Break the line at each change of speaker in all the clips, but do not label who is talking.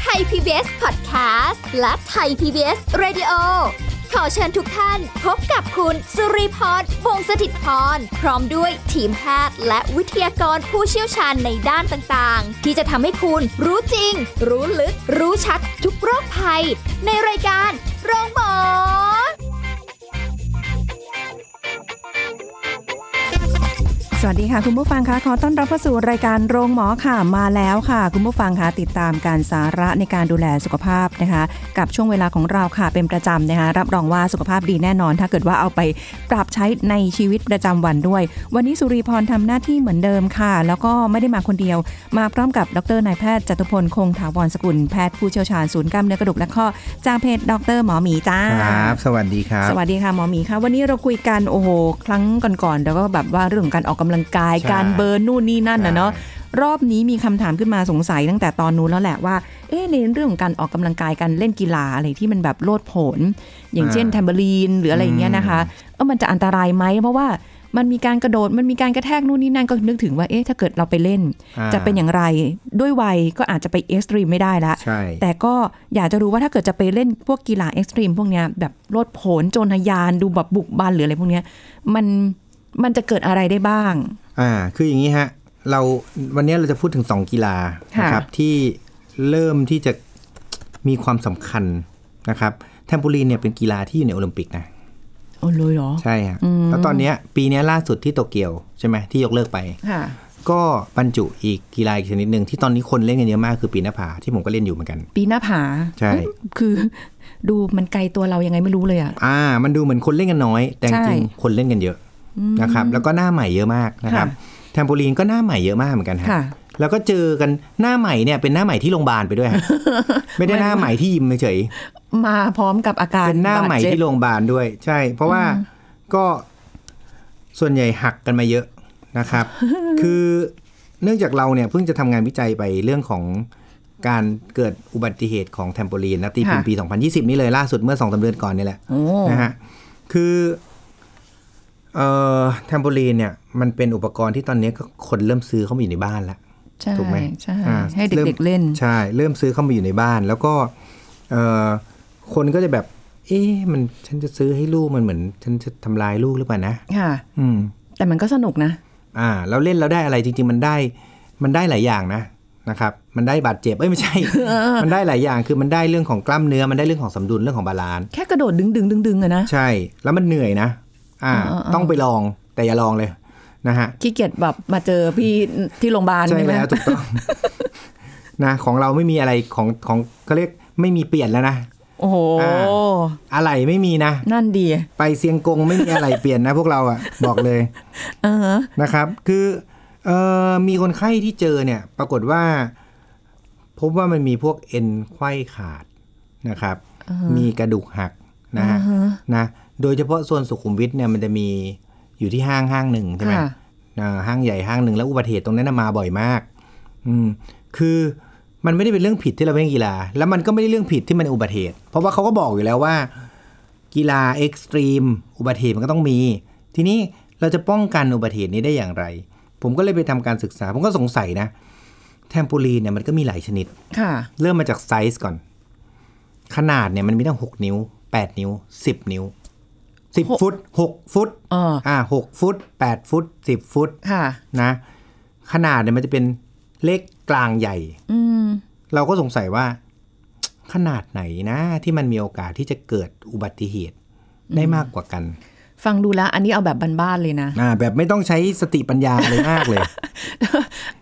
ไทย PBS Podcast และไทย PBS Radio ขอเชิญทุกท่านพบกับคุณ สุริพรวงศสถิตพร พร้อมด้วยทีมแพทย์และวิทยากรผู้เชี่ยวชาญในด้านต่างๆ ที่จะทำให้คุณรู้จริง รู้ลึก รู้ชัดทุกโรคภัย ในรายการโรงพยาบาล
สวัสดีค่ะ คุณผู้ฟังคะขอต้อนรับเข้าสู่รายการโรงหมอค่ะมาแล้วค่ะ คุณผู้ฟังคะติดตามการสาระในการดูแลสุขภาพนะคะ กับช่วงเวลาของเราค่ะเป็นประจำนะคะ รับรองว่าสุขภาพดีแน่นอน ถ้าเกิดว่าเอาไปปรับใช้ในชีวิตประจำวันด้วย วันนี้สุริพรทำหน้าที่เหมือนเดิมค่ะ แล้วก็ไม่ได้มาคนเดียว มาพร้อมกับดรนายแพทย์จตุพลคงถาวรสกุลแพทย์ผู้เชี่ยวชาญศูนย์กล้ามเนื้อกระดูกและข้อจากเพจดรหมอหมีจ้า
ครับ สวัสดีครับ
สวัสดีค่ะหมอหมีค่ะวันนี้เราคุยกันโอ้โห ครั้งก่อนๆแล้วก็แบบว่าเรื่องของการออกกำลังกาย
ใช่
การเบิร์นนู่นนี่นั่นนะเนาะรอบนี้มีคำถามขึ้นมาสงสัยตั้งแต่ตอนนู้นแล้วแหละว่าเอ๊ะในเรื่องของการออกกำลังกายการเล่นกีฬาอะไรที่มันแบบโลดโผนอย่างเช่นแทมเบอรีนหรืออะไรอย่างเงี้ยนะคะเออมันจะอันตรายไหมเพราะว่ามันมีการกระโดดมันมีการกระแทกนู่นนี่นั่นก็นึกถึงว่าเอ๊ะถ้าเกิดเราไปเล่น
อ่
จะเป็นอย่างไรด้วยวัยก็อาจจะไปเอ็กซ์ตรีมไม่ได้ละ
ใช่
แต่ก็อยากจะรู้ว่าถ้าเกิดจะไปเล่นพวกกีฬาเอ็กซ์ตรีมพวกเนี้ยแบบโลดโผนโจรทะยานดูแบบบุกบันหรืออะไรพวกเนี้ยมันมันจะเกิดอะไรได้บ้าง
อ่าคืออย่างนี้ฮะ เราวันนี้เราจะพูดถึง 2 กีฬา
ค่ะ
นะครับที่เริ่มที่จะมีความสำคัญนะครับแทมโปูลีนเนี่ยเป็นกีฬาที่อยู่ในโอลิมปิกนะ
โอ้เลยเหรอ
ใช่ฮะแล้วตอนเนี้ยปีเนี้ยล่าสุดที่โตเกียวใช่ไหมที่ยกเลิกไป
ค่ะ
ก็บรรจุอีกกีฬาอีกชนิดหนึ่งที่ตอนนี้คนเล่นกันเยอะมากคือปีนหน้าผาที่ผมก็เล่นอยู่เหมือนกัน
ปีหน้าผา
ใช่
อืมคือ ดูมันไกลตัวเรายังไงไม่รู้เลยอะ
อ่า มันดูเหมือนคนเล่นกันน้อย แต่จ
ใช่
ริงๆคนเล่นกันเยอะนะครับแล้วก็หน้าใหม่เยอะมากนะครับแทมโปูลีนก็หน้าใหม่เยอะมากเหมือนกันฮะ
ค่ะ
แล้วก็เจอกันหน้าใหม่เนี่ยเป็นหน้าใหม่ที่โรงพยาบาลไป ด้วยฮะ ไม่ได้หน้าใหม่ที่ยิมเฉย
มาพร้อมกับอาการ
เป็นหน้าใหม่
บดเจ็บ
ที่โรงพยาบาลด้วย ใช่ เพราะว่าก็ส่วนใหญ่หักกันมาเยอะนะครับ คือเนื่องจากเราเนี่ยเพิ่งจะทำงานวิจัยไปเรื่องของการเกิดอุบัติเหตุของแทมโปลีนนะตีพิมพ์ปี 2020 นี่เลยล่าสุดเมื่อ2สามเดือนก่อนนี่แหละ
โอ้
นะฮะ คือเอ่อแทมโปลีนเนี่ยมันเป็นอุปกรณ์ที่ตอนนี้ก็คนเริ่มซื้อเข้ามาอยู่ในบ้านแล้ว
ใช่
ถูกไหม
ใช่
อ่า
ให้
ริ่
เด็ก
ม
ๆเล่น
ใช่ เริ่มซื้อเข้ามาอยู่ในบ้าน แล้วก็เอ่อคนก็จะแบบ เอ๊ะมันฉันจะซื้อให้ลูกมันเหมือน ฉันจะทำลายลูกหรือเปล่านะ
ค่ะ
อืม
แต่มันก็สนุกนะ
อ่าเราเล่นเราได้อะไรจริง ๆ มันได้มันได้หลายอย่างนะนะครับ มันได้บาดเจ็บเอ้ยไม่ใช่ มันได้หลายอย่างคือมันได้เรื่องของกล้ามเนื้อมันได้เรื่องของสมดุลเรื่องของบาลานซ์
แค่กระโดดดึงดึงดึงดึงๆๆอะนะ
ใช่ แล้วมันเหนื่อยนะ อ่า
เออเออ
ต้องไปลองแต่อย่าลองเลยนะฮะ
ขี้เกียจแบบมาเจอพี่ที่โรงพยาบาล
ใช่
ใช่ไหม
แล้วถูกต้อง นะของเราไม่มีอะไรของของเขาเรียกไม่มีเปลี่ยนแล้วนะ
โอ้โห
อ่ อะไรไม่มีนะ
นั่นดี
ไปเซียงกงไม่มีอะไรเปลี่ยนนะ พวกเราอะ บอกเลย
เออ
นะครับ คือเอ่อมีคนไข้ที่เจอเนี่ย ปรากฏว่า พบว่ามันมีพวกเอ็นไขว้ขาดนะครับ มีกระดูกหักนะฮะนะโดยเฉพาะส่วนสุขุมวิทเนี่ยมันจะมีอยู่ที่ห้างห้างหนึ่งใช่ไหม
ค่ะ
อ่าห้างใหญ่ห้างหนึ่งแล้วอุบัติเหตุตรงนั้นนะมาบ่อยมาก อืม คือมันไม่ได้เป็นเรื่องผิดที่เราไปเล่นกีฬา แล้วมันก็ไม่ได้เรื่องผิดที่มันอุบัติเหตุ เพราะว่าเขาก็บอกอยู่แล้วว่า กีฬาเอ็กซ์ตรีมอุบัติเหตุมันก็ต้องมี ทีนี้เราจะป้องกันอุบัติเหตุนี้ได้อย่างไร ผมก็เลยไปทำการศึกษา ผมก็สงสัยนะแทมโปูลีนเนี่ยมันก็มีหลายชนิด
ค่ะ
เริ่มมาจากไซส์ก่อน ขนาดเนี่ยมันมีตั้งหกนิ้วแปดนิ้วสิบนิ้วสิบ
หก
ฟุตหกฟุต
เออ
อ่าหกฟุตแปดฟุตสิบฟุต
ค่ะ
นะขนาดเนี่ยมันจะเป็นเล็กกลางใหญ่
อืม
เราก็สงสัยว่า ขนาดไหนนะที่มันมีโอกาสที่จะเกิดอุบัติเหตุได้มากกว่ากัน
ฟังดูแล้ว อันนี้เอาแบบบ้านๆเลยนะ
อ่าแบบไม่ต้องใช้สติปัญญาอะไรมากเลย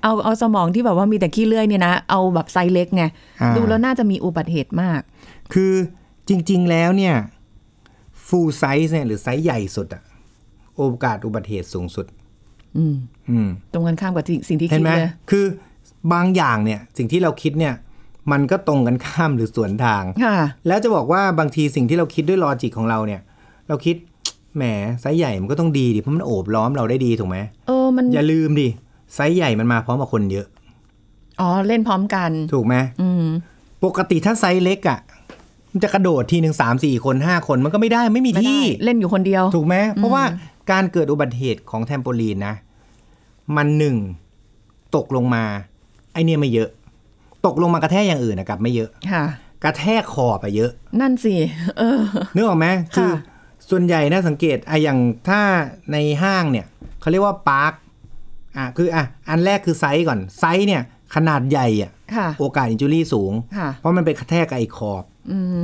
เอาเอาสมองที่แบบว่ามีแต่ขี้เลื่อยเนี่ยนะ เอาแบบไซส์เล็กไง
อ่า
ดูแล้วน่าจะมีอุบัติเหตุมาก
คือจริง ๆ แล้วเนี่ย full size เนี่ยหรือไซส์ใหญ่สุดอะโอกาสอุบัติเหตุสูงสุด
อืม
อืม
ตรงกันข้ามกับที่สิ่งที่
เห็
คิด
นไหม
เลย
คือบางอย่างเนี่ย สิ่งที่เราคิดเนี่ย มันก็ตรงกันข้ามหรือสวนทาง
ค่ะ
แล้วจะบอกว่าบางทีสิ่งที่เราคิดด้วยลอจิกของเราเนี่ย เราคิด แหมไซส์ใหญ่มันก็ต้องดีดิเพราะมันโอบล้อมเราได้ดีถูกไหม
เออ มัน
อย่าลืมดิไซส์ใหญ่มันมาพร้อมกับคนเยอะ
อ๋อ เล่นพร้อมกัน
ถูกไหม
อืม
ปกติถ้าไซส์เล็กอะ มันจะกระโดดทีหนึ่งสามสี่คนห้าคนมันก็ไม่ได้ไม่มี
ไม่ได้
ที่
เล่นอยู่คนเดียว
ถูกไหมเพราะว่าการเกิดอุบัติเหตุของแทมโปลีนนะ มันหนึ่งตกลงมา ไอเนี่ยไม่เยอะ ตกลงมากระแทกอย่างอื่นนะกลับไม่เยอะ
ค่ะ
กระแทกขอบอะเยอะ
นั่นสิ เออ
นึกออกไหมคือ
ค่ะ
ส่วนใหญ่นะสังเกตไอะอย่างถ้าในห้างเนี่ยเขาเรียกว่าปาร์คอ่ะคืออ่ะอันแรกคือไซส์ก่อนไซส์เนี่ย ขนาดใหญ่อะ
ค่ะ
โอกาสอินจูรี่สูง
ค่ะ
เพราะมันไปกระแทกกับไอ้ขอบ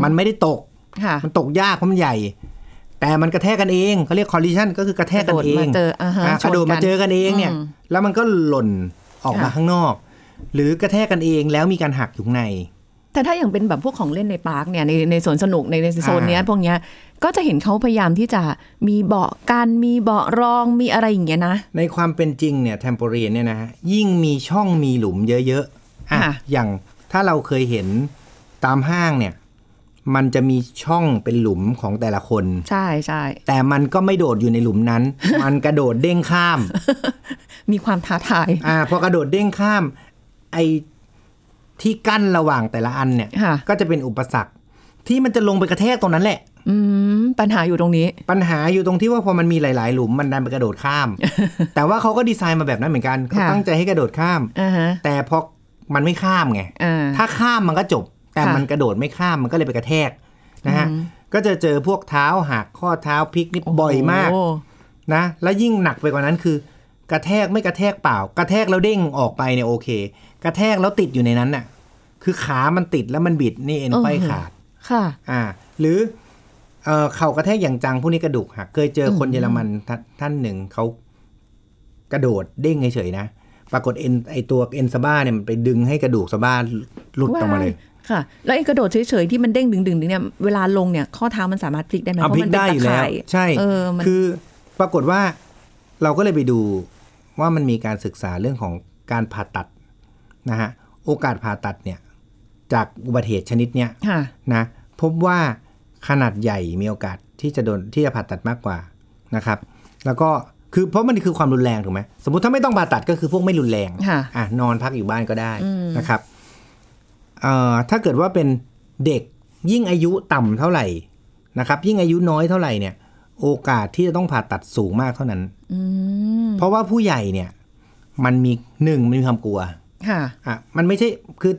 มันไม่ได้ตก
ค่ะ
มันตกยากเพราะมันใหญ่ แต่มันกระแทกกันเองเขาเรียกคอลลิชันก็คือกระแทกกันเอง
มาเจออ่าฮะ
อ่ะกระโดด
ชน
มาเจอกันเองเนี่ย แล้วมันก็หล่นออกมา
ค่ะ
ข้างนอก หรือกระแทกกันเองแล้วมีการหักอยู่ข้างใน
แต่ถ้าอย่างเป็นแบบพวกของเล่นในปาร์คเนี่ยในในสวนสนุกในในโซนเนี้ย
อ่า
พวกเนี้ยก็จะเห็นเขาพยายามที่จะมีเบาะกันมีเบาะรองมีอะไรอย่างเงี้ยนะ
ในความเป็นจริงเนี่ยแทมโปรีนเนี่ยนะฮะยิ่งมีช่องมีหลุมเยอะๆอ่ะ
ค่ะ
อย่างถ้าเราเคยเห็นตามห้างเนี่ย มันจะมีช่องเป็นหลุมของแต่ละคน
ใช่ใช่
แต่มันก็ไม่โดดอยู่ในหลุม นั้น มันกระโดดเด้งข้าม
มีความท้าทาย
อ่าพอกระโดดเด้งข้าม ไอที่กั้นระหว่างแต่ละอันเนี่ย
ค่ะ
ก็จะเป็นอุปสรรค ที่มันจะลงไปกระแทกตรงนั้นแหละ
อืมปัญหาอยู่ตรงนี้
ปัญหาอยู่ตรงที่ว่าพอมันมีหลาย ๆ หลุมมันดันไปกระโดดข้าม แต่ว่าเขาก็ดีไซน์มาแบบนั้นเหมือนกันเขา
ค่ะ
ตั้งใจให้กระโดดข้าม
อ่าฮะ
แต่พอมันไม่ข้ามไง
อ่า
ถ้าข้ามมันก็จบ แต่
ค่ะ
มันกระโดดไม่ข้ามมันก็เลยไปกระแทกนะฮะก็จะเจอพวกเท้าหักข้อเท้าพลิกนี่บ่อยมาก
โโห
นะแล้วยิ่งหนักไปกว่านั้นคือ กระแทกไม่กระแทกเปล่า กระแทกแล้วเด้งออกไปเนี่ยโอเค กระแทกแล้วติดอยู่ในนั้นน่ะ คือขามันติดแล้วมันบิดนี่เอ็นไขว้ขาด
ค่ะ
อ่า หรือเอ่อเข่ากระแทกอย่างจังพวกนี้กระดูกหักเคยเจอคนเยอรมันท่าท่านหนึ่งเขากระโดดเด้งเฉยๆนะปรากฏเอ็นไอตัวเอ็นสะบ้าเนี่ยมันไปดึงให้กระดูกสะบ้าหลุดออกมาเลย
ว้ค่ะ แล้วไอ้กระโดดเฉยๆ ที่มันเด้งดึงดึงดึงเนี่ยเวลาลงเนี่ยข้อเท้ามันสามารถพลิกได้ไหม
เอาพลิก
มั
ได้อยู่แล้ว
ข่าย
ใช่
เออมัน
คือปรากฏว่าเราก็เลยไปดูว่ามันมีการศึกษาเรื่องของการผ่าตัดนะฮะโอกาสผ่าตัดเนี่ยจากอุบัติเหตุชนิดเนี้ย
ค่ะ
นะพบว่าขนาดใหญ่มีโอกาสที่จะโดนที่จะผ่าตัดมากกว่านะครับ แล้วก็คือเพราะมันคือความรุนแรงถูกไหมสมมติถ้าไม่ต้องผ่าตัดก็คือพวกไม่รุนแรง
ค่ะ
อ่ะนอนพักอยู่บ้านก็ได้นะครับเอ่อถ้าเกิดว่าเป็นเด็กยิ่งอายุต่ำเท่าไหร่ นะครับยิ่งอายุน้อยเท่าไหร่เนี่ย โอกาสที่จะต้องผ่าตัดสูงมากเท่านั้น
อืม
เพราะว่าผู้ใหญ่เนี่ย มันมีหนึ่งมันมีความกลัว
ค่ะ
อ่ะมันไม่ใช่คือ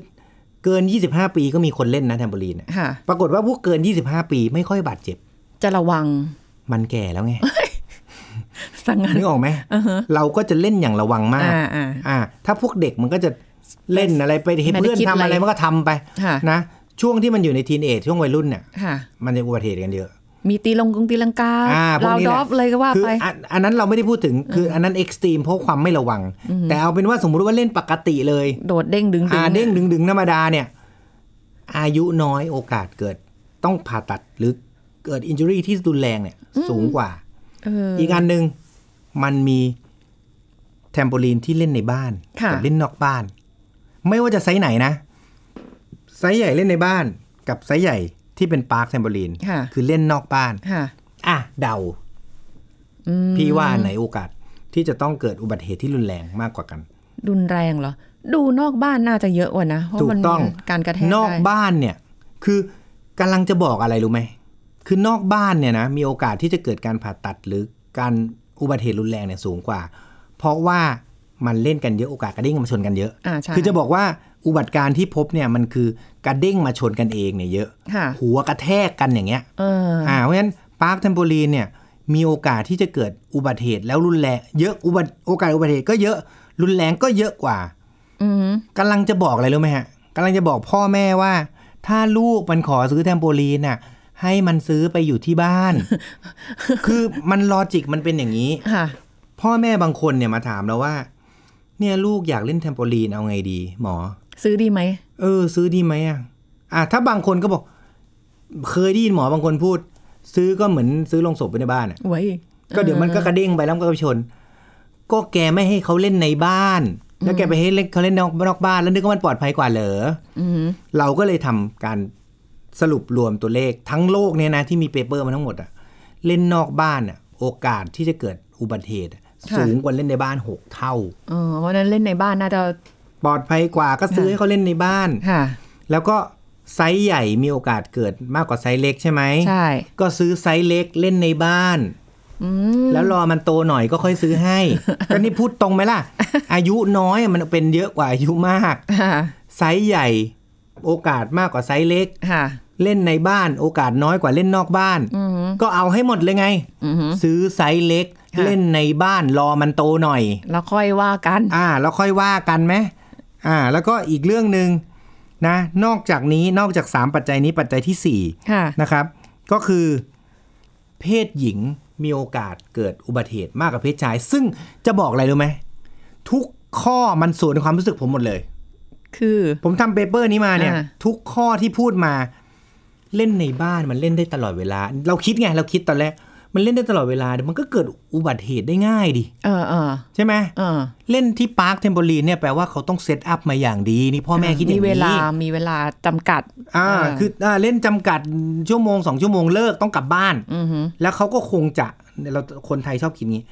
เกิน 25 ปีก็มีคนเล่นนะแทมโบลีนอะ
ค่ะ
ปรากฏว่าพวกเกิน 25 ปีไม่ค่อยบาดเจ็บ
จะระวัง
มันแก่แล้วไง
สังงาน
นึกออกไหม
อ่าฮะ
เราก็จะเล่นอย่างระวังมาก
อ่าอ่า
อ่า ถ้าพวกเด็กมันก็จะเล่นอะไรไปเห็น
ไม่ได้
เพื่อน
คิด
ทำ
อะไร
อะไรมันก็ทำไป
ค่ะ
นะช่วงที่มันอยู่ในทีนเอจช่วงวัยรุ่นเนี่ย
ค่ะ
มันจะอุบัติเหตุกันเยอะ
มีตีลงกงตีลังกา
อ่าพวก
ราว
นี้
ด
แหละ
อฟเลยก็ว่า
คือ
ไป
อันอันนั้นเราไม่ได้พูดถึงคืออันนั้นเอ็กซ์ตรีมเพราะความไม่ระวัง แต่เอาเป็นว่าสมมุติว่าเล่นปกติเลย
โดดเด้งดึงดึง
อาเด้งดึงดึงธรรมดาเนี่ย อายุน้อยโอกาสเกิดต้องผ่าตัดหรือเกิดอิน u r y ที่รุนแรงเนี่ย สูงกว่า
เอออ
อีกอันหนึ่งมันมีแทมโปลีนที่เล่นในบ้าน
ค่ะ
กัเล่นนอกบ้าน ไม่ว่าจะไซส์ไหนนะ ไซส์ใหญ่เล่นในบ้าน กับไซส์ใหญ่ที่เป็นปาร์คแทมโปลีน
ค่ะ
คือเล่นนอกบ้าน
ค่ะ
อ่ะเดา
อืม
พี่ว่าอันไหนโอกาสที่จะต้องเกิดอุบัติเหตุที่รุนแรงมากกว่ากัน
รุนแรงเหรอ ดูนอกบ้านน่าจะเยอะกว่านะ เพราะ
ถูก
มัน
ต้อง
มีการกระแทก
นอก
ได้
บ้านเนี่ย คือกำลังจะบอกอะไรรู้ไหม คือนอกบ้านเนี่ยนะ มีโอกาสที่จะเกิดการผ่าตัดหรือการอุบัติเหตุรุนแรงเนี่ยสูงกว่า เพราะว่ามันเล่นกันเยอะโอกาสกระเด้งมาชนกันเยอะ
อ่าใช่
คือจะบอกว่าอุบัติการณ์ที่พบเนี่ยมันคือกระเด้งมาชนกันเองเนี่ยเยอะ
ค่ะ
หัวกระแทกกันอย่างเงี้ย
เออ
อ่าเพราะฉะนั้นปาร์คเทมโพลีนเนี่ยมีโอกาสที่จะเกิดอุบัติเหตุแล้วรุนแรงเยอะอุบัติโอกาสอุบัติเหตุก็เยอะรุนแรงก็เยอะกว่า
อืม
กำลังจะบอกอะไรรู้ไหมฮะกำลังจะบอกพ่อแม่ว่า ถ้าลูกมันขอซื้อแทมโพลีนน่ะให้มันซื้อไปอยู่ที่บ้าน คือมันลอจิกมันเป็นอย่างนี้
ค่ะ
พ่อแม่บางคนเนี่ยมาถามเราว่า เนี่ยลูกอยากเล่นแทมโพลีนเอาไงดี หมอ
ซื้อดีไหม
เออ ซื้อดีไหมอ่ะอ่ะถ้าบางคนก็บอก เคยได้ยินหมอบางคนพูด ซื้อก็เหมือนซื้อลงศพไว้ในบ้านอ่ะ
ไว้
ก็เดี๋ยวมันก็กระเด้งไปแล้วมันก็ไปชน ก็แกไม่ให้เขาเล่นในบ้าน แล้วแกไปให้เล่นเขาเล่นนอกนอกบ้านแล้วนึกว่ามันปลอดภัยกว่าเหรอ
อืม
เราก็เลยทำการสรุปรวมตัวเลขทั้งโลกเนี่ยนะที่มีเปเปอร์มาทั้งหมดอะเล่นนอกบ้านอะโอกาสที่จะเกิดอุบัติเหตุอะ
ค่ะ
สูงกว่าเล่นในบ้านหกเท่า
เออเพราะฉะนั้นเล่นในบ้านน่าจะ
ปลอดภัยกว่าก็ซื้อ
ค่ะ
ให้เขาเล่นในบ้าน
ค่ะ
แล้วก็ ไซส์ใหญ่มีโอกาสเกิดมากกว่าไซส์เล็กใช่ไหม
ใช่
ก็ซื้อไซส์เล็กเล่นในบ้าน
อืม
แล้วรอมันโตหน่อยก็ค่อยซื้อให้ ก็นี่พูดตรงไหมล่ะ อายุน้อยมันเป็นเยอะกว่าอายุมาก
ค่ะ
ไซส์ใหญ่โอกาสมากกว่าไซส์เล็ก
ค่ะ
เล่นในบ้านโอกาสน้อยกว่าเล่นนอกบ้าน
อืม
ก็เอาให้หมดเลยไง
อืม
ซื้อไซส์เล็ก
ค่ะ
เล่นในบ้านรอมันโตหน่อย
แล้วค่อยว่ากัน
อ่า แล้วค่อยว่ากันไหมอ่า แล้วก็อีกเรื่องหนึ่งนะ นอกจากนี้นอกจาก 3 ปัจจัยนี้ปัจจัยทีสี่
ค่ะ
4 นะครับ ก็คือ เพศหญิงมีโอกาสเกิดอุบัติเหตุมากกว่าเพศชาย ซึ่งจะบอกอะไรรู้ไหมทุกข้อมันสวนความรู้สึกผมหมดเลย
คือ
ผมทำเปเปอร์นี้มาเนี่ย
อ่า
ทุกข้อที่พูดมาเล่นในบ้านมันเล่นได้ตลอดเวลา เราคิดไงเราคิดตอนแรกมันเล่นได้ตลอดเวลาเดี๋ยวมันก็เกิดอุบัติเหตุได้ง่ายดิ
เออเออ
ใช่ไหม
เออ
เล่นที่พาร์คเทมโบลีเนี่ยแปลว่าเขาต้องเซตอัพมาอย่างดีนี่พ่อแม่คิดอย่าง
มี
นี้
เวลา มีเวลาจำกัด
อ่า
อ่า
คืออ่าเล่นจำกัดชั่วโมงสองชั่วโมงเลิกต้องกลับบ้าน
อือหือ
แล้วเขาก็คงจะเราคนไทยชอบคิดงี้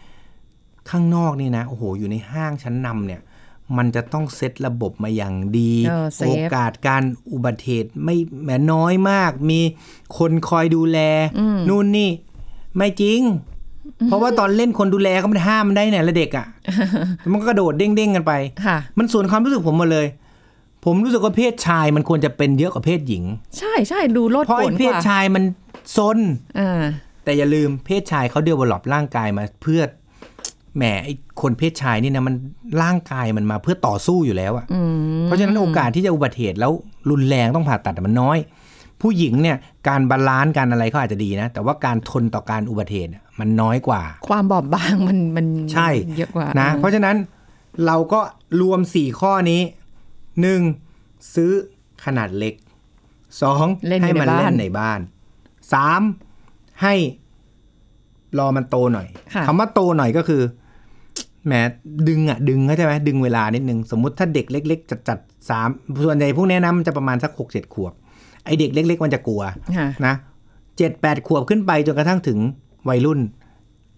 ข้างนอกนี่นะโอ้โหอยู่ในห้างชั้นนำเนี่ย มันจะต้องเซตระบบมาอย่างดี
เออเซฟ
โอกาสการอุบัติเหตุไม่แหมน้อยมาก มีคนคอยดูแล นู่นนี่ ไม่จริง เพราะว่าตอนเล่นคนดูแลก็มันห้ามมันได้เนี่ยละเด็ก อะ่ะ มันก็กระโดดเด้งๆกันไป
ค่ะ
มันสวนความรู้สึกผมหมาเลย ผมรู้สึกว่าเพศชายมันควรจะเป็นเยอะกว่าเพศหญิง
ใช่ใช่ดูโลด
เพราะ
โผ
ไอ้
น
เพ
ก
ศ
ว่า
ชายมันซน
อ่า
แต่อย่าลืมเพศชายเขาเดเวลลอปร่างกายมาเพื่อแหมไอ้คนเพศชายนี่นะมันร่างกายมันมาเพื่อต่อสู้อยู่แล้วอะ
อืม
เพราะฉะนั้นโอกาสที่จะอุบัติเหตุแล้วรุนแรงต้องผ่าตัดอะมันน้อย ผู้หญิงเนี่ยการบาลานซ์การอะไรเขาอาจจะดีนะ แต่ว่าการทนต่อการอุบัติเหตุอะมันน้อยกว่า
ความบอบบางมันมัน
ใช่
เยอะกว่า
นะ
นะ
เพราะฉะนั้นเราก็รวม 4 ข้อนี้ 1. ซื้อขนาดเล็ก 2. ให้มัเล่นในบ้าน 3. ให้รอมันโตหน่อย
ะ
คำว่าโตหน่อยก็คือแหมดึงอ่ะ ดึงเข้าใจไหมดึงเวลานิดนึง สมมติถ้าเด็กเล็ก ๆ จัดจัดๆสามส่วนใหญ่พวกเนี้ยนะมันจะประมาณสักหกเจ็ดขวบ ไอเด็กเล็ก ๆ มันจะกลัว
ค่ะ
นะเจ็ดแปดขวบขึ้นไปจนกระทั่งถึงวัยรุ่น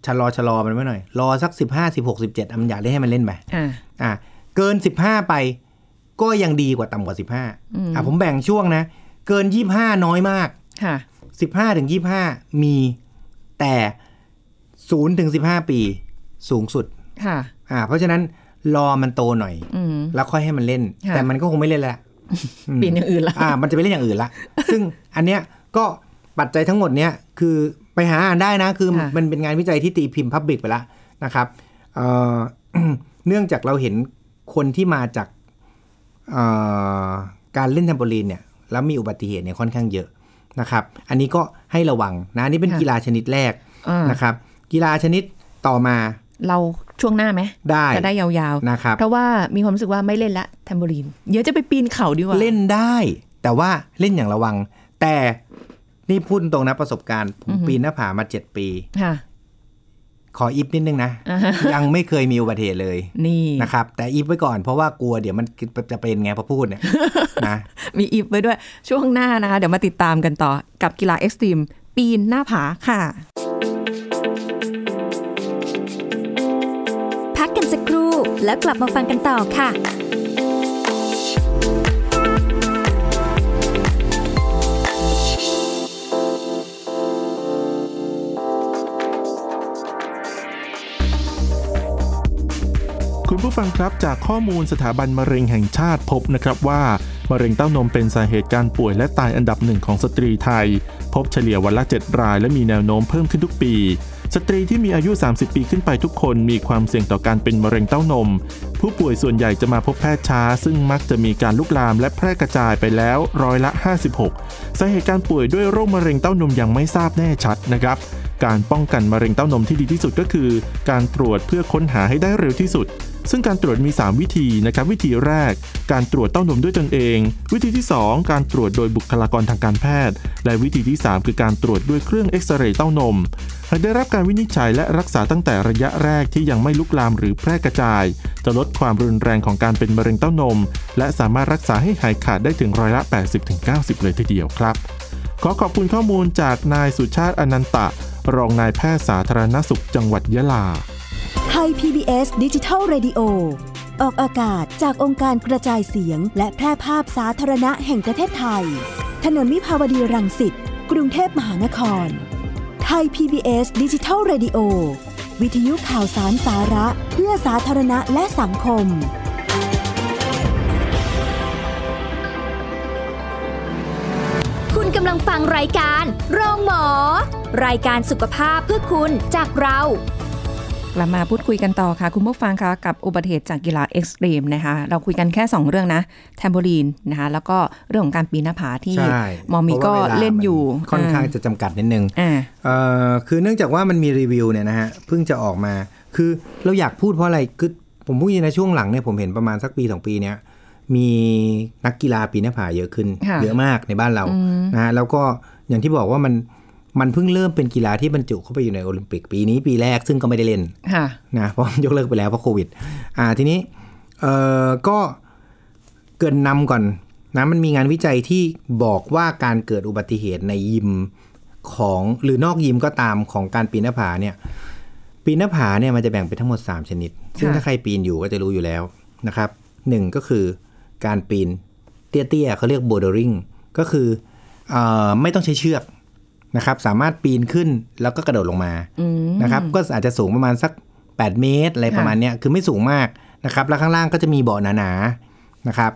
ชะลอชะลอมันไว้หน่อย รอสักสิบห้าสิบหกสิบเจ็ดมันอยากได้ให้มันเล่นไป
อ่า
อ่ะเกินสิบห้าไปก็ยังดีกว่าต่ำกว่าสิบห้า
อืม
อ่ะผมแบ่งช่วงนะ เกินยี่ห้าน้อยมาก
ค่ะ
สิบห้าถึงยี่ห้ามีแต่ศูนย์ถึงสิบห้าปีสูงสุด
ค่ะ
อ่ะเพราะฉะนั้นรอมันโตหน่อย
อืม
แล้วค่อยให้มันเล่น
ค่ะ
แต่มันก็คงไม่เล่นแล้วอืม
เปลี่ยนอย่างอื่นละ
อ่ามันจะไปเล่นอย่างอื่นละ ซึ่งอันเนี้ยก็ปัจจัยทั้งหมดเนี้ยคือไปหาอ่านได้นะ คือ
ค่ะ
มันเป็นงานวิจัยที่ตีพิมพ์พับบิกไปแล้วนะครับเอ่อ เนื่องจากเราเห็นคนที่มาจากเอ่อการเล่นแทมโปลีนเนี่ย แล้วมีอุบัติเหตุเนี่ยค่อนข้างเยอะนะครับ อันนี้ก็ให้ระวังนะอันนี่เป็นกีฬาชนิดแรก
อ่า
นะครับ กีฬาชนิดต่อมา
เราช่วงหน้าไหม
ได้
จะได้ยาว
นะครับ
ๆ เพราะว่ามีความรู้สึกว่าไม่เล่นละแทมโบลีน เดี๋ยวจะไปปีนเขาดีกว่า
เล่นได้แต่ว่าเล่นอย่างระวัง แต่นี่พูดตรงนะประสบการณ์ ผมปีนหน้าผามาเจ็ดปี
ค่ะ
ขออีฟนิดนึง นะ
อ่าฮะ
ยังไม่เคยมีอุบัติเหตุเลย
นี่
นะครับ แต่อีฟไว้ก่อนเพราะว่ากลัวเดี๋ยวมันจะเป็นไงพอพูด เนี่ยนะ
มีอีฟไว้ด้วยช่วงหน้านะคะ เดี๋ยวมาติดตามกันต่อกับกีฬาเอ็กซ์ตรีมปีนหน้าผาค่ะ
พักกันสักครู่แล้วกลับมาฟังกันต่อค่ะ
คุณผู้ฟังครับจากข้อมูลสถาบันมะเร็งแห่งชาติพบนะครับว่า มะเร็งเต้านมเป็นสาเหตุการป่วยและตายอันดับหนึ่งของสตรีไทย พบเฉลี่ยวันละ 7 รายและมีแนวโน้มเพิ่มขึ้นทุกปี สตรีที่มีอายุ 30 ปีขึ้นไปทุกคนมีความเสี่ยงต่อการเป็นมะเร็งเต้านม ผู้ป่วยส่วนใหญ่จะมาพบแพทย์ช้า ซึ่งมักจะมีการลุกลามและแพร่กระจายไปแล้วร้อยละ 56 สาเหตุการป่วยด้วยโรคมะเร็งเต้านมยังไม่ทราบแน่ชัดนะครับ การป้องกันมะเร็งเต้านมที่ดีที่สุดก็คือ การตรวจเพื่อค้นหาให้ได้เร็วที่สุด ซึ่งการตรวจมี 3 วิธีนะครับ วิธีแรก การตรวจเต้านมด้วยตนเอง วิธีที่ 2 การตรวจโดยบุคลากรทางการแพทย์ และวิธีที่ 3 คือการตรวจด้วยเครื่องเอ็กซเรย์เต้านม หากได้รับการวินิจฉัยและรักษาตั้งแต่ระยะแรกที่ยังไม่ลุกลามหรือแพร่กระจาย จะลดความรุนแรงของการเป็นมะเร็งเต้านม และสามารถรักษาให้หายขาดได้ถึงร้อยละ 80-90 เลยทีเดียวครับ ขอขอบคุณข้อมูลจากนายสุชาติอนันตะ รองนายแพทย์สาธารณสุขจังหวัดยะลา
ไทย PBS ดิจิทัล Radio ออกอากาศจากองค์การกระจายเสียง และแพร่ภาพสาธารณะแห่งประเทศไทย ถนนวิภาวดีรังสิต กรุงเทพมหานคร ไทย PBS ดิจิทัล Radio วิทยุข่าวสารสาระเพื่อสาธารณะและสังคม
คุณกำลังฟังรายการโรงหมอ รายการสุขภาพเพื่อคุณจากเรา
กลับมาพูดคุยกันต่อค่ะ คุณผู้ฟังคะกับอุบัติเหตุจากกีฬาเอ็กซ์ตรีมนะคะ เราคุยกันแค่ 2 เรื่องนะแทมโบลีนนะคะ แล้วก็เรื่องของการปีนหน้าผาที่
ใช่
หมอหมี
พ
ก็
ราะว่า
เล่นอยู่
มัค่อนข้างจะจำกัดนิดนึง
อ่า
เอ่อคือเนื่องจากว่ามันมีรีวิวเนี่ยนะฮะเพิ่งจะออกมา คือเราอยากพูดเพราะอะไรคือผมพูดจริงๆนะช่วงหลังเนี่ยผมเห็นประมาณสักปีสองปีเนี้ยมีนักกีฬาปีนหน้าผาเยอะขึ้น
ค่ะ
เยอะมากในบ้านเรานะฮะแล้วก็อย่างที่บอกว่ามันมันเพิ่งเริ่มเป็นกีฬาที่บรรจุเข้าไปอยู่ในโอลิมปิกปีนี้ปีแรกซึ่งก็ไม่ได้เล่น
ค่ะ
นะ เพราะ ยกเลิกไปแล้วเพราะโควิด อ่าทีนี้เอ่อก็เกรินนำก่อนนะมันมีงานวิจัยที่บอกว่าการเกิดอุบัติเหตุในยิมของหรือนอกยิมก็ตามของการปีนหน้าผาเนี่ยปีนหน้าผาเนี่ยมันจะแบ่งเป็นทั้งหมด 3 ชนิด ซึ่ง
ค่ะ
ถ้าใครปีนอยู่ก็จะรู้อยู่แล้วนะครับหนึ่งก็คือการปีนเตี้ยๆเขาเรียก bouldering ก็คือเออไม่ต้องใช้เชือกนะครับสามารถปีนขึ้นแล้วก็กระโดดลงมา
อืม
นะครับก็อาจจะสูงประมาณสัก 8 เมตรอะไร
ค่ะ
ประมาณเนี้ยคือไม่สูงมากนะครับแล้วข้างล่างก็จะมีเบาะหนาๆนะครับ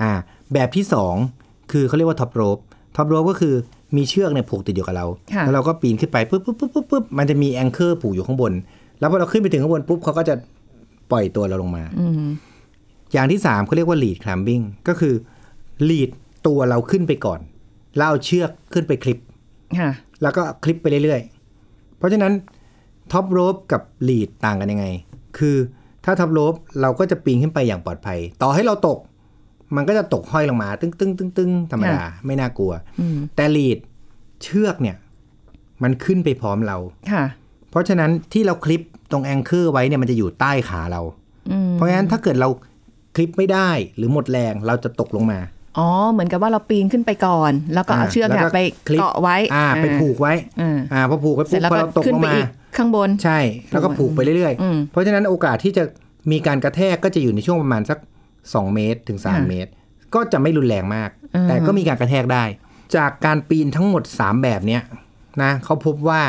อ่าแบบที่ 2 คือเขาเรียกว่าท็อปโรปท็อปโรปก็คือมีเชือกเนี่ยผูกติดอยู่กับเรา
ค่ะ
แล้วเราก็ปีนขึ้นไปปุ๊บปุ๊บปุ๊บปุ๊บปุ๊บมันจะมีแองเกอร์ผูกอยู่ข้างบน แล้วพอเราขึ้นไปถึงข้างบนปุ๊บเขาก็จะปล่อยตัวเราลงมา
อืม
อย่างที่3ามเขาเรียกว่า lead climbing ก็คือ lead ตัวเราขึ้นไปก่อนแล้วเอาเชือกขึ้นไปคลิป
ค่ะ
แล้วก็คลิปไปเรื่อยๆ เพราะฉะนั้นท็อปโรปกับลีดต่างกันยังไง คือถ้าท็อปโรปเราก็จะปีนขึ้นไปอย่างปลอดภัย ต่อให้เราตก มันก็จะตกห้อยลงมา ตึ้งตึ้งตึ้งตึ้งธรรมดา ไม่น่ากลัว
อืม
แต่ลีดเชือกเนี่ย มันขึ้นไปพร้อมเรา
ค่ะ
เพราะฉะนั้นที่เราคลิปตรงแองเกอร์ไว้เนี่ยมันจะอยู่ใต้ขาเรา
อืม
เพราะฉะนั้นถ้าเกิดเราคลิปไม่ได้หรือหมดแรงเราจะตกลงมา
อ๋อ เหมือนกับว่าเราปีนขึ้นไปก่อน แล้วก็เอาเชือกเนี่ย
แล้ว
ไปเกาะไว้
อ่า ไปผูกไว้
อ่า
อ่าพอผูกไว้
เสร็จ
ปุ๊บ
แล้วก็
พอเราตก
ขึ้น
ลง
ไป
มา
อีกข้างบน
ใช่ แล้วก็ผูกไปเรื่อย
อืม
ๆ เพราะฉะนั้นโอกาสที่จะมีการกระแทกก็จะอยู่ในช่วงประมาณสัก 2 เมตรถึง 3
ค่ะ
เมตร ก็จะไม่รุนแรงมาก
อืม
แต่ก็มีการกระแทกได้ จากการปีนทั้งหมด 3 แบบเนี้ยนะเขาพบว่า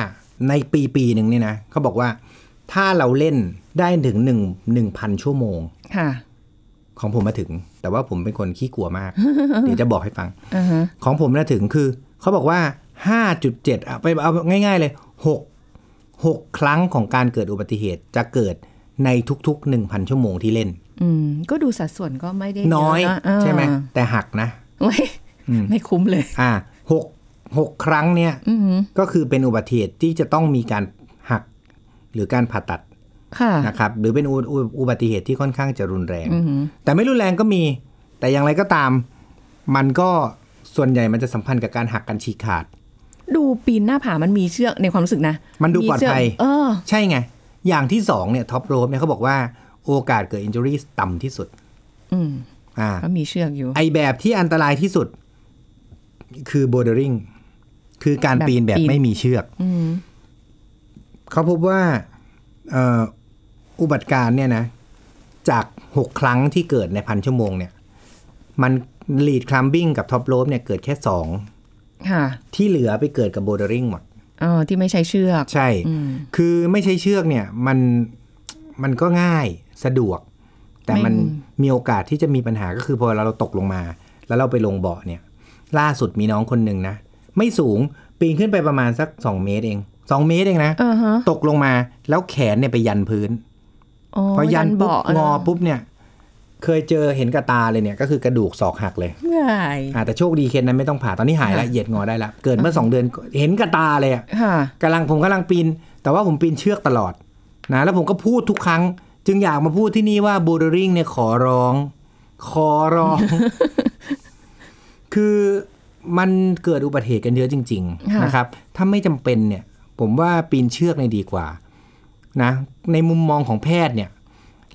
ในปีปีหนึ่งเนี่ยนะเขาบอกว่าถ้าเราเล่นได้ถึง1 1,000 ชั่วโมง
ค่ะ
ของผมมาถึง แต่ว่าผมเป็นคนขี้กลัว มาก เดี๋ยวจะบอกให้ฟัง
อือฮะ
ของผมนะถึงคือเขาบอกว่า 5.7อ่ะไปเอาง่าย ๆ เลย 6 6 ครั้งของการเกิดอุบัติเหตุจะเกิดในทุกๆ 1,000 ชั่วโมงที่เล่น
อืม ก็ดูสัดส่วนก็ไม่ได้เะ
น้อย
ะ
ใช่ไหมแต่หักนะ
ไม่
อืม
ไม่คุ้มเลย
อ่าหกหกครั้งเนี่ย
อือหือ
ก็คือเป็นอุบัติเหตุที่จะต้องมีการหักหรือการผ่าตัด
ค่ะ
นะครับหรือเป็นอุอุอุบัติเหตุที่ค่อนข้างจะรุนแรง
อือหือ
แต่ไม่รุนแรงก็มี แต่อย่างไรก็ตาม มันก็ส่วนใหญ่มันจะสัมพันธ์กับการหักการฉีกขาด
ดูปีนหน้าผามันมีเชือกในความรู้สึกนะ
มันดูปลอดภัย
มีเชืกเออ
ใช่ไง อย่างที่สองเนี่ยท็อปโรปเนี่ยเขาบอกว่าโอกาสเกิดอินจูรี่ต่ำที่สุด
อืม
อ่า
มันมีเชือกอยู่
ไอแบบที่อันตรายที่สุด คือ bordering คือการ
แบบ
ปีนแบบ
ปีน
ไม่มีเชือก
อืม
เขาพบว่าเอ่ออุบัติการณ์เนี่ยนะ จากหกครั้งที่เกิดในพันชั่วโมงเนี่ย มัน lead climbing กับ top rope เนี่ยเกิดแค่สอง
ค่ะ
ที่เหลือไปเกิดกับ bordering หมด
เออที่ไม่ใช้เชือก
ใช่
อืม
คือไม่ใช้เชือกเนี่ยมันมันก็ง่ายสะดวก แต่มัน
ไม่
มีโอกาสที่จะมีปัญหาก็คือพอเราเราตกลงมา แล้วเราไปลงเบาะเนี่ย ล่าสุดมีน้องคนหนึ่งนะ ไม่สูงปีนขึ้นไปประมาณสัก 2 เมตรเอง 2 เมตรเองนะ
อ่าฮะ
ตกลงมาแล้วแขนเนี่ยไปยันพื้น
อ๋อ
พอยันปุ๊บ
เบาะ
งอปุ๊บเนี่ย เคยเจอเห็นกับตาเลยเนี่ย ก็คือกระดูกศอกหักเลย
เหนื่อย
อ่ะแต่โชคดีเคสนั้นไม่ต้องผ่าตอนนี้หายแล้วเหยียดงอได้ละเกิดเมื่อสองเดือนเห็นกับตาเลยอะ
ค่ะ
กำลังผมกำลังปีน แต่ว่าผมปีนเชือกตลอดนะแล้วผมก็พูดทุกครั้ง จึงอยากมาพูดที่นี่ว่าบูเดอริงเนี่ยขอร้อง ขอร้ อง คือมันเกิดอุบัติเหตุกันเยอะจริง
ค่ะ
ๆ นะครับ ถ้าไม่จำเป็นเนี่ย ผมว่าปีนเชือกเนี่ยดีกว่านะในมุมมองของแพทย์เนี่ย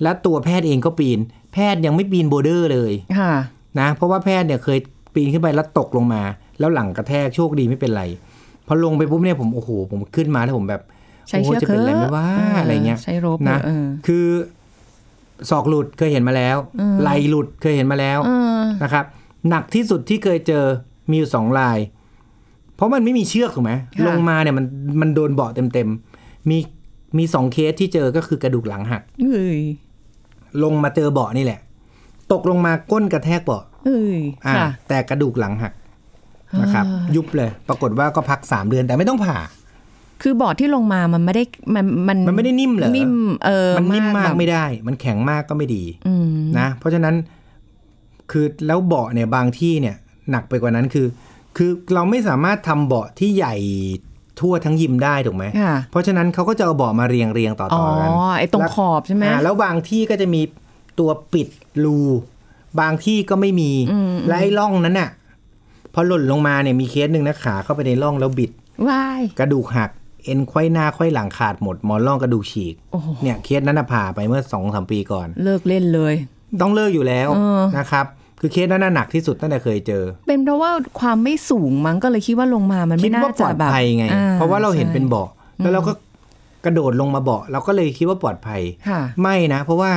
และตัวแพทย์เองก็ปีน แพทย์ยังไม่ปีนโบเดอร์เลย
ค่ะ
นะเพราะว่าแพทย์เนี่ยเคยปีนขึ้นไปแล้วตกลงมา แล้วหลังกระแทกโชคดีไม่เป็นไร พอลงไปปุ๊บเนี่ยผมโอ้โหผมขึ้นมาแล้วผมแบบ
ใช้
โโห
เชือก
จะเป็นอะไรไหม
ถ
ว่าอะไรเงี้ย
ใช้โรบ
นะ
เออ
คือศอกหลุดเคยเห็นมาแล้วไหลหลุดเคยเห็นมาแล้ว
เออ
นะครับ หนักที่สุดที่เคยเจอ มีอยู่สองลาย เพราะมันไม่มีเชือกถูกไหม
ค่ะ
ลงมาเนี่ยมันมันโดนเบาะเต็มๆมีมีสองเคสที่เจอก็คือกระดูกหลังหัก
เอ้ย
ลงมาเจอเบาะนี่แหละ ตกลงมาก้นกระแทกเบาะ
เอ้ย
อ่า
ค่ะ
แต่กระดูกหลังหักนะครับ
อ่ายุ
ยุบเลย ปรากฏว่าก็พักสามเดือนแต่ไม่ต้องผ่า
คือบอร์ดที่ลงมามันไม่ได้มันมัน
มันไม่ได้นิ่มเหรอ
นิ่มเออ
มันนิ่มมาก
แบบ
ไม่ได้ มันแข็งมากก็ไม่ดี
อืม
นะ เพราะฉะนั้นคือแล้วเบาะเนี่ยบางที่เนี่ยหนักไปกว่านั้นคือ คือเราไม่สามารถทำเบาะที่ใหญ่ทั่วทั้งยิมได้ถูกไหม
ค่ะ
เพราะฉะนั้นเขาก็จะเอาเบาะมาเรียงเรียงๆต่อ
อ๋อ
ๆกัน
ไอ้ตรงขอบใช่ไหม
อ่าแล้วบางที่ก็จะมีตัวปิดรู บางที่ก็ไม่มี
อืม
และไอ้ร่องนั้นน่ะพอหล่นลงมาเนี่ยมีเคสหนึ่งนะขาเข้าไปในร่องแล้วบิด
ว้าย
กระดูกหัก เอ็นไขว้หน้าไขว้หลังขาดหมดหมอนร่องกระดูกฉีก
โอ้โห
เนี่ยเคสนั้นน่ะผ่าไปเมื่อสองสามปีก่อน
เลิกเล่นเลย
ต้องเลิกอยู่แล้ว
เออ
นะครับ คือเคสนั้นน่ะหนักที่สุดตั้งแต่เคยเจอ
เป็นเพราะว่าความไม่สูงมั้งก็เลยคิดว่าลงมามัน
คิ
ไม่
ด
น่า
ว่าปล
จะ
อด
แบบ
ภัยไง
อ่
เพราะว่าเราเห็นเป็น
ใช่
เบาะแล้วเราก็กระโดดลงมาเบาะเราก็เลยคิดว่าปลอดภัย
ค่ะ
ไม่นะ เพราะว่า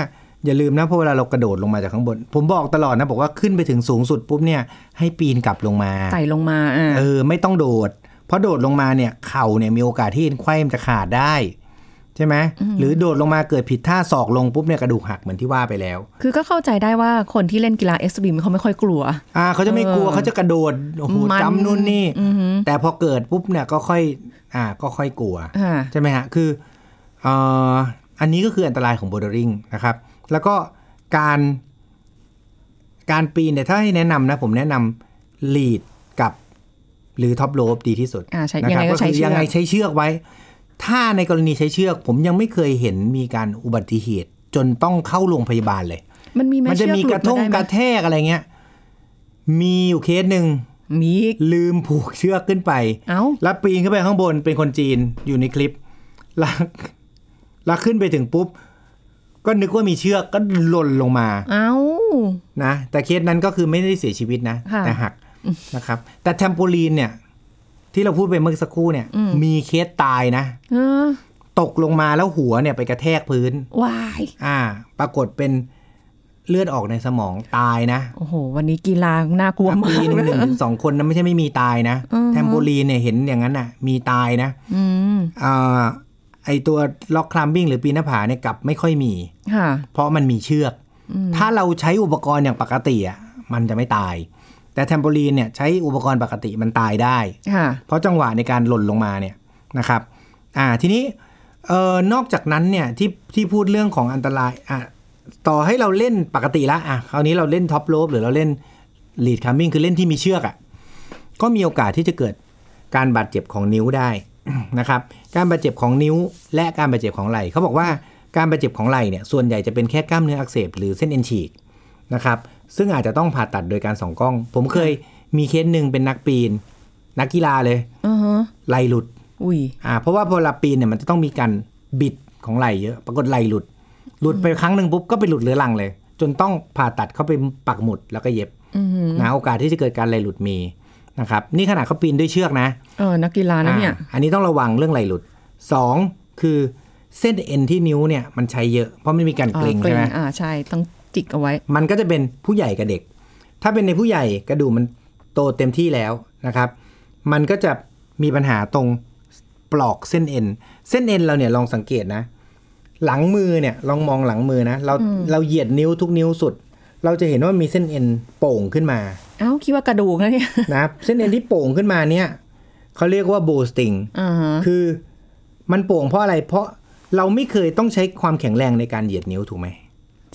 อย่าลืมนะเพราะเวลาเรากระโดดลงมาจากข้างบน ผมบอกตลอดนะ บอกว่าขึ้นไปถึงสูงสุดปุ๊บเนี่ย ให้ปีนกลับลงมา
ไต่ลงมาอ่า
เออ ไม่ต้องโดด เพราะโดดลงมาเนี่ยเข่าเนี่ยมีโอกาสที่เอ็นไขว้มันจะขาดได้ ใช่ไหมหรือโดดลงมาเกิดผิดท่าศอกลงปุ๊บเนี่ยกระดูกหักเหมือนที่ว่าไปแล้ว
คือก็เข้าใจได้ว่าคนที่เล่นกีฬาเอ็กซ์ตรีมเขาไม่ค่อยกลัว
อ่าเขาจะไม่กลัว
เออ
เขาจะกระโดดโอ้โห
มัน
จำนู่นนี่
อือหือ
แต่พอเกิดปุ๊บเนี่ยก็ค่อย อ่า ก็ค่อยกลัว
อ่า
ใช่ไหมฮะ คือเอ่ออันนี้ก็คืออันตรายของโบ l ด e r ริงนะครับ แล้วก็การการปีนเนี่ยถ้าให้แนะนำนะ ผมแนะนำลีดกับหรือท็อปโ p e ดีที่สุด
อ่าใช่
นะครั
ยังไงก็ใช้
คื
เชือก
ยังไงใช้เชือกไว้ ถ้าในกรณีใช้เชือก ผมยังไม่เคยเห็นมีการอุบัติเหตุ จนต้องเข้าโรงพยาบาลเลย
มันมีไห
มันจะมี
เชือ
กระ
หลุด
ทง
มาก ได้
ระ
ไหม
แทกอะไรเงี้ย มีอยู่เคสหนึ่ง
มีอีก
ลืมผูกเชือกขึ้นไป
เอ้า
แล้วปีนขึ้นไปข้างบนเป็นคนจีนอยู่ในคลิปแล้วแล้วขึ้นไปถึงปุ๊บ ก็นึกว่ามีเชือกก็หล่นลงมา
เอ้า
นะแต่เคสนั้นก็คือไม่ได้เสียชีวิตนะ
ค่ะ
แต่หักนะครับ แต่แทมโปลีนเนี่ย ที่เราพูดไปเมื่อสักครู่เนี่ย
อืม
มีเคสตายนะ
เออ
ตกลงมาแล้วหัวเนี่ยไปกระแทกพื้น
วาย
อ่า ปรากฏเป็นเลือดออกในสมองตายนะ
โอ้โห วันนี้กีฬาน่ากลัวมา
ปี
ก
หนึ่งห
เล
นึ่ง
ย
ถึงสองคนนะไม่ใช่ไม่มีตายนะ
อือฮะ
แทมโปลีนเนี่ยเห็นอย่างนั้นอ่ะ มีตายนะ
อืม
อ่าไอตัวล็อกคลัมบิ้งหรือปีนหน้าผาเนี่ยกลับไม่ค่อยมี
ค่ะ
เพราะมันมีเชือก ถ้าเราใช้อุปกรณ์อย่างปกติอ่ะมันจะไม่ตาย แต่แทมโปลีนเนี่ยใช้อุปกรณ์ปกติมันตายได้
ค่ะ
เพราะจังหวะในการหล่นลงมาเนี่ยนะครับอ่าทีนี้เอ่อนอกจากนั้นเนี่ยที่ที่พูดเรื่องของอันตรายอ่ะต่อให้เราเล่นปกติละอ่ะคราวนี้เราเล่นท็อปโลฟหรือเราเล่นลีดคัมบิ้งคือเล่นที่มีเชือกอ่ะก็มีโอกาสที่จะเกิดการบาดเจ็บของนิ้วได้ นะครับการบาดเจ็บของนิ้วและการบาดเจ็บของไหล่เขาบอกว่าการบาดเจ็บของไหล่เนี่ยส่วนใหญ่จะเป็นแค่กล้ามเนื้ออักเสบหรือเส้นเอ็นฉีกนะครับซึ่งอาจจะต้องผ่าตัดโดยการส่องกล้อง ผมเคยมีเคสหนึ่งเป็นนักปีน นักกีฬาเลย
อือฮะ
ไหลหลุด
อุ้ย
อ่า เพราะว่าพอลาปีนเนี่ยมันจะต้องมีการบิดของไหลเยอะ ปรากฏไหลหลุด หลุดไปครั้งหนึ่งปุ๊บก็ไปหลุดเรื้อรังเลย จนต้องผ่าตัดเข้าไปปักหมุดแล้วก็เย็บ
อือหือ
นะโอกาสที่จะเกิดการไหลหลุดมีนะครับ นี่ขนาดเขาปีนด้วยเชือกนะ
เออ นักกีฬานะเนี่ย
อ่าอันนี้ต้องระวังเรื่องไหลหลุดสองคือเส้นเอ็นที่นิ้วเนี่ยมันใช้เยอะเพราะมันมีการเกร็ง
อ่า
ใช่ไหม
อ่าใช่ ต้องจิกเอาไว้
มันก็จะเป็นผู้ใหญ่กับเด็ก ถ้าเป็นในผู้ใหญ่กระดูกมันโตเต็มที่แล้วนะครับ มันก็จะมีปัญหาตรงปลอกเส้นเอ็น เส้นเอ็นเราเนี่ยลองสังเกตนะ หลังมือเนี่ยลองมองหลังมือนะ เราเราเหยียดนิ้วทุกนิ้วสุด เราจะเห็นว่ามีเส้นเอ็นโป่งขึ้นมา
เอ้า คิดว่ากระดูกนะเนี่ย
นะ เส้นเอ็นที่โป่งขึ้นมาเนี่ยเขาเรียกว่าโบสติง
อ่าฮะ
คือมันโป่งเพราะอะไร เพราะเราไม่เคยต้องใช้ความแข็งแรงในการเหยียดนิ้วถูกไหม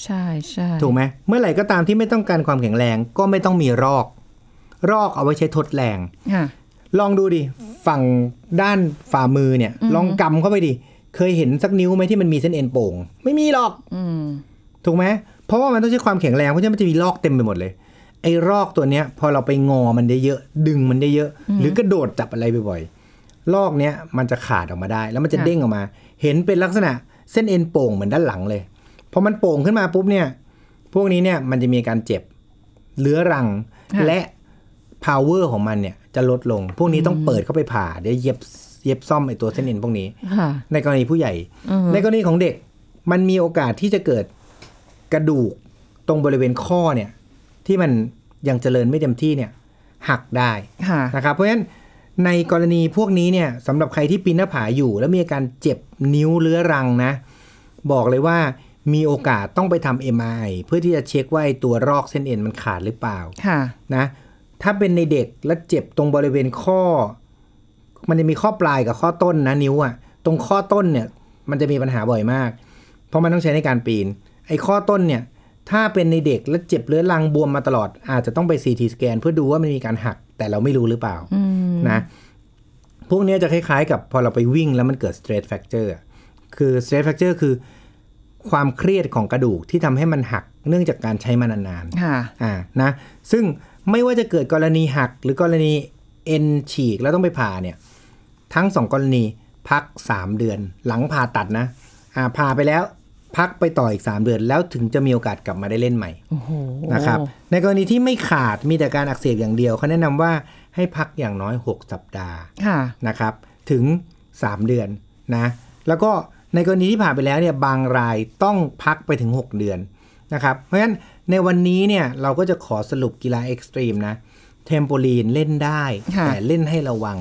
ใช่ใช่
ถูกไหมเมื่อไหร่ก็ตามที่ไม่ต้องการความแข็งแรงก็ไม่ต้องมีรอก รอกเอาไว้ใช้ทดแรง
ค่ะ
ลองดูดิ ฝั่งด้านฝ่ามือเนี่ย ลองกำเข้าไปดิ เคยเห็นสักนิ้วไหมที่มันมีเส้นเอ็นโป่ง ไม่มีหรอก
อืม
ถูกไหมเพราะว่ามันต้องใช้ความแข็งแรง เพราะฉะนั้นมันจะมีรอกเต็มไปหมดเลย ไอ้รอกตัวเนี้ย พอเราไปงอมันได้เยอะๆดึงมันได้เยอะ หรือกระโดดจับอะไรบ่อยๆรอกเนี้ยมันจะขาดออกมาได้ แล้วมันจะ
ค่ะ
เด้งออกมา เห็นเป็นลักษณะเส้นเอ็นโป่งเหมือนด้านหลังเลยพอมันโป่งขึ้นมาปุ๊บเนี่ย พวกนี้เนี่ยมันจะมีอาการเจ็บเลื้อรังและ power ของมันเนี่ยจะลดลง พวกนี้ต้องเปิดเข้าไปผ่าเดี๋ยวเย็บเย็บซ่อมไอ้ตัวเส้นเอ็นพวกนี้
ค่ะ
ในกรณีผู้ใหญ่
อือฮึ
ในกรณีของเด็กมันมีโอกาสที่จะเกิดกระดูกตรงบริเวณข้อเนี่ย ที่มันยังเจริญไม่เต็มที่เนี่ย หักได้
ค่ะ
นะครับเพราะฉะนั้นในกรณีพวกนี้เนี่ยสำหรับใครที่ปีนหน้าผาอยู่ แล้วมีอาการเจ็บนิ้วเรื้อรังนะ บอกเลยว่ามีโอกาสต้องไปทำ MRI เพื่อที่จะเช็คว่าไอ้ตัวรอกเส้นเอ็นมันขาดหรือเปล่า
ค่ะ
นะถ้าเป็นในเด็กแล้วเจ็บตรงบริเวณข้อ มันจะมีข้อปลายกับข้อต้นนะนิ้วอะตรงข้อต้นเนี่ยมันจะมีปัญหาบ่อยมาก เพราะมันต้องใช้ในการปีน ไอ้ข้อต้นเนี่ย ถ้าเป็นในเด็กแล้วเจ็บเรื้อรังบวมมาตลอด อาจจะต้องไปซีทีสแกนเพื่อดูว่ามันมีการหักแต่เราไม่รู้หรือเปล่านะพวกเนี้ยจะคล้ายๆ กับพอเราไปวิ่งแล้วมันเกิด stress fracture อะคือ stress fracture คือความเครียดของกระดูกที่ทำให้มันหักเนื่องจากการใช้มานานๆ
ค่ะ
อ่านะซึ่งไม่ว่าจะเกิดกรณีหักหรือกรณีเอ็นฉีกแล้วต้องไปผ่าเนี่ยทั้งสองกรณีพัก 3 เดือน หลังผ่าตัดนะอ่าผ่าไปแล้วพักไปต่ออีก 3 เดือน แล้วถึงจะมีโอกาสกลับมาได้เล่นใหม่นะครับในกรณีที่ไม่ขาดมีแต่การอักเสบอย่างเดียวเขาแนะนำว่าให้พักอย่างน้อย 6 สัปดาห์
ค่ะ
นะครับถึง 3 เดือนนะแล้วก็ในกรณีที่ผ่านไปแล้วเนี่ยบางรายต้องพักไปถึง 6 เดือนนะครับเพราะฉะนั้นในวันนี้เนี่ยเราก็จะขอสรุปกีฬาเอ็กซ์ตรีมนะเทมโปลีนเล่นได้
ค่ะ
แต่เล่นให้ระวัง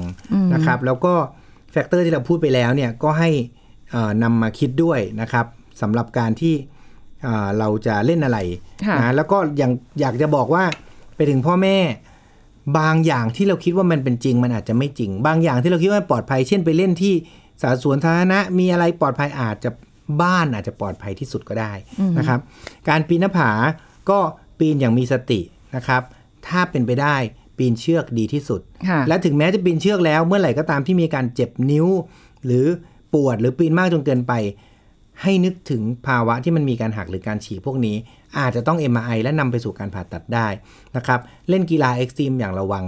นะครับแล้วก็แฟกเตอร์ที่เราพูดไปแล้วเนี่ยก็ให้เอ่อนำมาคิดด้วยนะครับสำหรับการที่เอ่อเราจะเล่นอะไร
ค่ะ
นะแล้วก็อย่างอยากจะบอกว่าไปถึงพ่อแม่ บางอย่างที่เราคิดว่ามันเป็นจริงมันอาจจะไม่จริง บางอย่างที่เราคิดว่าปลอดภัย เช่นไปเล่นที่สาสวนสาธารณะมีอะไรปลอดภัยอาจจะบ้านอาจจะปลอดภัยที่สุดก็ได้นะครับ การปีนหน้าผาก็ปีนอย่างมีสตินะครับ ถ้าเป็นไปได้ปีนเชือกดีที่สุด
ค่ะ
และถึงแม้จะปีนเชือกแล้วเมื่อไหร่ก็ตามที่มีการเจ็บนิ้ว หรือปวดหรือปีนมากจนเกินไป ให้นึกถึงภาวะที่มันมีการหักหรือการฉีกพวกนี้ อาจจะต้อง MRI และนำไปสู่การผ่าตัดได้นะครับ เล่นกีฬาเอ็กซ์ตรีมอย่างระวัง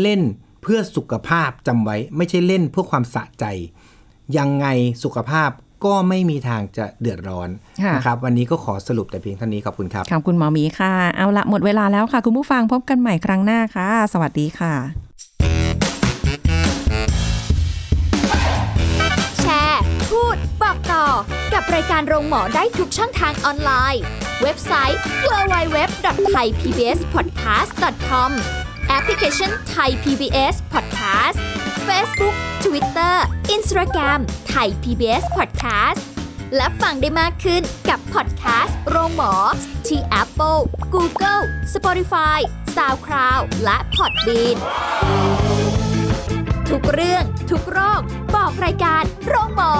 เล่นเพื่อสุขภาพจำไว้ ไม่ใช่เล่นเพื่อความสะใจ ยังไงสุขภาพก็ไม่มีทางจะเดือดร้อน
ค่ะ
นะครับวันนี้ก็ขอสรุปแต่เพียงเท่านี้ขอบคุณครับ
ขอบคุณหมอหมีค่ะ เอาละหมดเวลาแล้วค่ะ คุณผู้ฟังพบกันใหม่ครั้งหน้าค่ะ สวัสดีค่ะ
แชร์ พูด บอกต่อ กับรายการโรงหมอได้ทุกช่องทางออนไลน์ เว็บไซต์ www.thaipbspodcast.com แอปพลิเคชัน Thai PBS Podcast Facebook Twitter Instagram Thai PBS Podcast และฟังได้มากขึ้นกับพอดแคสต์โรงหมอ ที่ Apple, Google, Spotify, SoundCloud และ Podbean ทุกเรื่องทุกโรค บอกรายการโรงหมอ